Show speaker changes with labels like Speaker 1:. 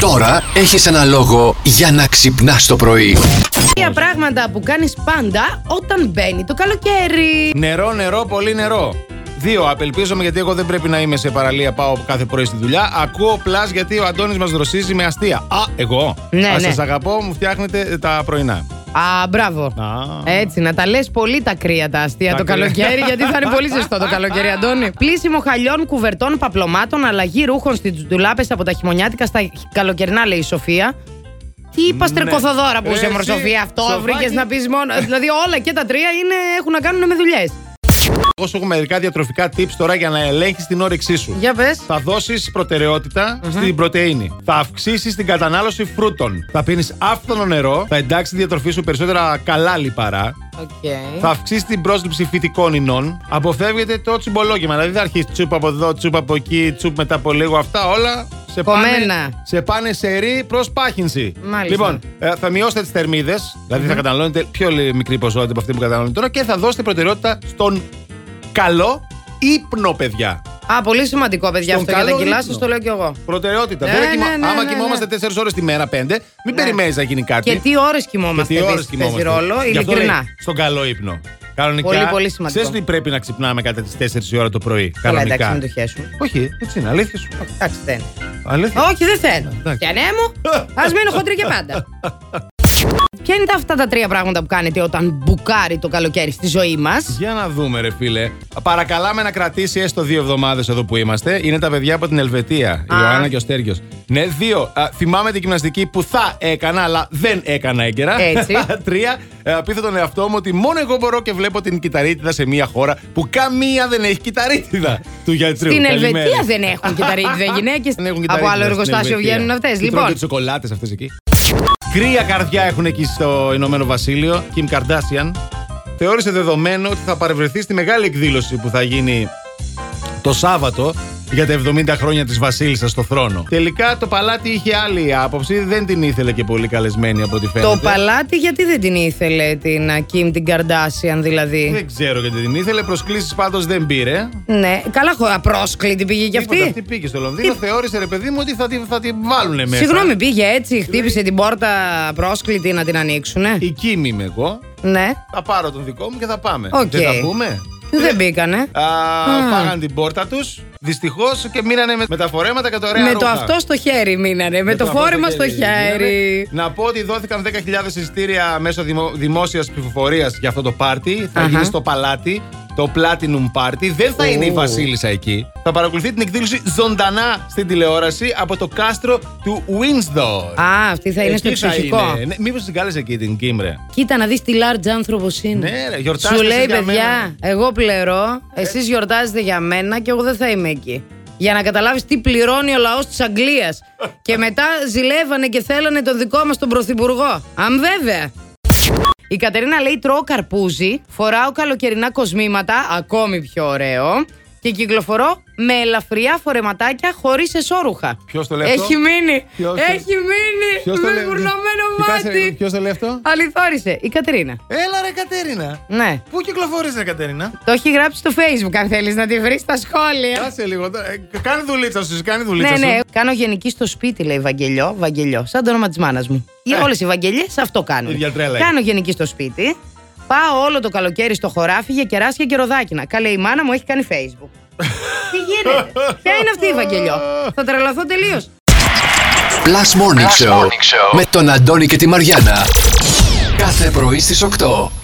Speaker 1: Τώρα έχεις ένα λόγο για να ξυπνάς το πρωί.
Speaker 2: Τρία πράγματα που κάνεις πάντα όταν μπαίνει το καλοκαίρι.
Speaker 3: Νερό, νερό, πολύ νερό. Δύο, απελπίζομαι γιατί εγώ δεν πρέπει να είμαι σε παραλία, πάω κάθε πρωί στη δουλειά. Ακούω πλάς γιατί ο Αντώνης μας δροσίζει με αστεία. Α, εγώ.
Speaker 2: Ναι,
Speaker 3: Ας,
Speaker 2: ναι.
Speaker 3: σας αγαπώ, μου φτιάχνετε ε, τα πρωινά. Ε,
Speaker 2: Α, μπράβο.
Speaker 3: Α.
Speaker 2: Έτσι, να τα λες πολύ τα κρύα τα αστεία
Speaker 3: Τα
Speaker 2: το
Speaker 3: κρύα.
Speaker 2: καλοκαίρι, γιατί θα είναι πολύ ζεστό το καλοκαίρι, Αντώνη. Πλήσιμο χαλιών, κουβερτών, παπλωμάτων, αλλαγή ρούχων στις ντουλάπες από τα χειμωνιάτικα στα καλοκαιρινά, λέει η Σοφία. Τι είπα στερκοθοδόρα που
Speaker 3: Ε,
Speaker 2: είσαι, Μωρό
Speaker 3: εσύ,
Speaker 2: Σοφία, αυτό
Speaker 3: Σοφάκι.
Speaker 2: βρήκες να πεις μόνο. Δηλαδή, όλα και τα τρία είναι, έχουν να κάνουν με δουλειές.
Speaker 3: Εγώ σου έχω μερικά διατροφικά tips τώρα για να ελέγχεις την όρεξή σου.
Speaker 2: Για πες.
Speaker 3: Θα δώσεις στην πρωτενη. Θα αυξήσεις την κατανάλωση φρούτων. Θα πίνεις άφθονο νερό. Θα εντάξει τη διατροφή σου περισσότερα καλά λιπαρά. Θα αυξήσεις την πρόσληψη φυτικών ινών. Αποφεύγεται το τσιμπολόγημα. Δηλαδή θα αρχίσεις τσουπ από εδώ, τσουπ από εκεί, τσουπ μετά από λίγο. Αυτά όλα σε πάνε,
Speaker 2: Κομμένα.
Speaker 3: σε πάνε σε ρή προς πάχυνση.
Speaker 2: Μάλιστα.
Speaker 3: Λοιπόν, ε, θα μειώσετε τις θερμιδε δηλαδη θα καταναλώνετε πιο λι- μικρή ποσότητα από αυτή που καταναλώνετε τώρα και θα δώσετε προτεραιότητα στον καλό ύπνο, παιδιά.
Speaker 2: Α, πολύ σημαντικό, παιδιά,
Speaker 3: Στον
Speaker 2: αυτό για τα
Speaker 3: καλό
Speaker 2: κιλά
Speaker 3: ύπνο.
Speaker 2: σας το λέω κι εγώ.
Speaker 3: Προτεραιότητα.
Speaker 2: Ναι,
Speaker 3: Δεν
Speaker 2: ναι,
Speaker 3: κοιμα-
Speaker 2: ναι,
Speaker 3: Άμα
Speaker 2: ναι,
Speaker 3: κοιμόμαστε 4 ώρες τη μέρα, 5, μην περιμένεις να γίνει κάτι.
Speaker 2: Και τι ώρες
Speaker 3: Και
Speaker 2: κοιμόμαστε
Speaker 3: τι ώρε
Speaker 2: εμεί παίζει ρόλο,
Speaker 3: κοιμόμαστε. Γι' αυτό
Speaker 2: ειλικρινά.
Speaker 3: λέει, Στον καλό ύπνο. Κανονικά.
Speaker 2: Πολύ, πολύ σημαντικό.
Speaker 3: ξέρεις ότι πρέπει να ξυπνάμε κατά τις 4 η ώρα το πρωί.
Speaker 2: Καλά,
Speaker 3: Κανονικά.
Speaker 2: εντάξει, μην το χέσουμε.
Speaker 3: Όχι, έτσι είναι. Αλήθεια σου.
Speaker 2: Εντάξει, δεν.
Speaker 3: Αλήθεια.
Speaker 2: Όχι, δεν θέλω.
Speaker 3: εντάξει.
Speaker 2: Και ναι μου, ας μείνω χοντρή και πάντα. Ποια είναι τα αυτά τα τρία πράγματα που κάνετε όταν μπουκάρει το καλοκαίρι στη ζωή μας.
Speaker 3: Για να δούμε, ρε φίλε. Παρακαλάμε να κρατήσει έστω δύο εβδομάδες εδώ που είμαστε. Είναι τα παιδιά από την Ελβετία, η
Speaker 2: Α.
Speaker 3: Ιωάννα και ο Στέργιος. Ναι, δύο. Α, θυμάμαι την γυμναστική που θα έκανα, αλλά δεν έκανα έγκαιρα.
Speaker 2: Έτσι.
Speaker 3: Τρία. Ε, πείθω τον εαυτό μου ότι μόνο εγώ μπορώ και βλέπω την κυταρίτιδα σε μια χώρα που καμία δεν έχει κυταρίτιδα του γιατρού.
Speaker 2: Στην
Speaker 3: Καλημέρα.
Speaker 2: Ελβετία δεν έχουν κυταρίτιδε γυναίκες.
Speaker 3: Δεν έχουν
Speaker 2: Από
Speaker 3: κυταρίτιδα
Speaker 2: άλλο
Speaker 3: στην
Speaker 2: εργοστάσιο
Speaker 3: Ελβετία.
Speaker 2: βγαίνουν αυτές.
Speaker 3: Και τρώνε
Speaker 2: Λοιπόν,
Speaker 3: και τι σοκολάτε αυτές εκεί. Κρύα καρδιά έχουν εκεί στο Ηνωμένο Βασίλειο. Kim Kardashian θεώρησε δεδομένο ότι θα παρευρεθεί στη μεγάλη εκδήλωση που θα γίνει το Σάββατο για τα 70 χρόνια της βασίλισσας στο θρόνο. Τελικά το παλάτι είχε άλλη άποψη, δεν την ήθελε και πολύ καλεσμένη από ό,τι φαίνεται.
Speaker 2: το παλάτι γιατί δεν την ήθελε την α, Kim την Καρδάσιαν δηλαδή.
Speaker 3: Δεν ξέρω γιατί την ήθελε, προσκλήσεις πάντως δεν πήρε.
Speaker 2: Ναι, καλά, χω- απρόσκλητη πήγε κι
Speaker 3: Τίποτα,
Speaker 2: αυτή.
Speaker 3: αυτή πήγε στο Λονδίνο, θεώρησε ρε παιδί μου ότι θα, τη- θα την βάλουνε μέσα.
Speaker 2: Συγγνώμη, πήγε έτσι, χτύπησε την πόρτα πρόσκλητη να την ανοίξουνε.
Speaker 3: Η Κίμη είμαι εγώ,
Speaker 2: Ναι,
Speaker 3: θα πάρω τον δικό μου και θα πάμε.
Speaker 2: Οκ.
Speaker 3: Δεν θα πούμε.
Speaker 2: δεν μπήκανε.
Speaker 3: Ε. Α,
Speaker 2: Α.
Speaker 3: φάγαν την πόρτα τους. Δυστυχώς και μείνανε με, με τα φορέματα και τα ωραία
Speaker 2: με το
Speaker 3: ρούχα.
Speaker 2: αυτό στο χέρι μείνανε. Με, το,
Speaker 3: αυτό
Speaker 2: φόρεμα στο
Speaker 3: μείνανε.
Speaker 2: χέρι.
Speaker 3: δηλαδή, Να πω ότι δόθηκαν 10.000 εισιτήρια μέσω δημο, δημόσιας ψηφοφορίας για αυτό το πάρτι. Θα
Speaker 2: Αχα.
Speaker 3: γίνει στο παλάτι. Το Platinum Party δεν θα είναι η
Speaker 2: Ου.
Speaker 3: Βασίλισσα εκεί. Θα παρακολουθεί την εκδήλωση ζωντανά στην τηλεόραση από το κάστρο του Windsor.
Speaker 2: Α, αυτή θα είναι στο εξοχικό.
Speaker 3: Ναι, Μήπως την κάλεσε εκεί την Κίμρε.
Speaker 2: Κοίτα να δεις τι large άνθρωπος είναι.
Speaker 3: Ναι, ρε, γιορτάστε
Speaker 2: Σου
Speaker 3: εσείς
Speaker 2: λέει,
Speaker 3: για μένα.
Speaker 2: παιδιά, εγώ πληρώ, εσείς γιορτάζετε για μένα και εγώ δεν θα είμαι εκεί. Για να καταλάβεις τι πληρώνει ο λαός της Αγγλίας. και μετά ζηλεύανε και θέλανε τον δικό μας τον πρωθυπουργό. Αμβέβαια. Η Κατερίνα λέει: Τρώω καρπούζι, φοράω καλοκαιρινά κοσμήματα, ακόμη πιο ωραίο, και κυκλοφορώ με ελαφριά φορεματάκια χωρίς εσόρουχα.
Speaker 3: Ποιος το λέει αυτό?
Speaker 2: Έχει μείνει!
Speaker 3: Ποιος το-
Speaker 2: Έχει μείνει!
Speaker 3: Ποιος το
Speaker 2: με
Speaker 3: λέει-
Speaker 2: γουρλωμένο
Speaker 3: Κοιτάξτε,
Speaker 2: μάτι!
Speaker 3: ποιος το λέει αυτό?
Speaker 2: Αληθόρισε η Κατερίνα.
Speaker 3: Έλα ρε Κατέρινα.
Speaker 2: Ναι.
Speaker 3: Πού κυκλοφορείς ρε Κατέρινα.
Speaker 2: Το έχει γράψει στο facebook αν θέλεις να τη βρεις στα σχόλια.
Speaker 3: Κάτσε λίγο. τώρα. Ε, Κάνει δουλίτσα σου, κάνει δουλίτσα
Speaker 2: Ναι,
Speaker 3: σου.
Speaker 2: ναι. Κάνω γενική στο σπίτι, λέει Βαγγελιό. Βαγγελιό. Σαν το όνομα της μάνας μου.
Speaker 3: Ε.
Speaker 2: Όλες οι Βαγγελιές αυτό κάνουν.
Speaker 3: Ίδια τρέλα είναι.
Speaker 2: Κάνω γενική στο σπίτι. Πάω όλο το καλοκαίρι στο χωράφι για κεράσια και ροδάκινα. Καλέ, η μάνα μου έχει κάνει facebook. Τι γίνεται. Ποια είναι αυτή η Βαγγελιό. Θα τρελαθώ τελείως.
Speaker 1: Plus Morning, Show, με τον Αντώνη και τη Μαριάνα. Κάθε πρωί στις 8.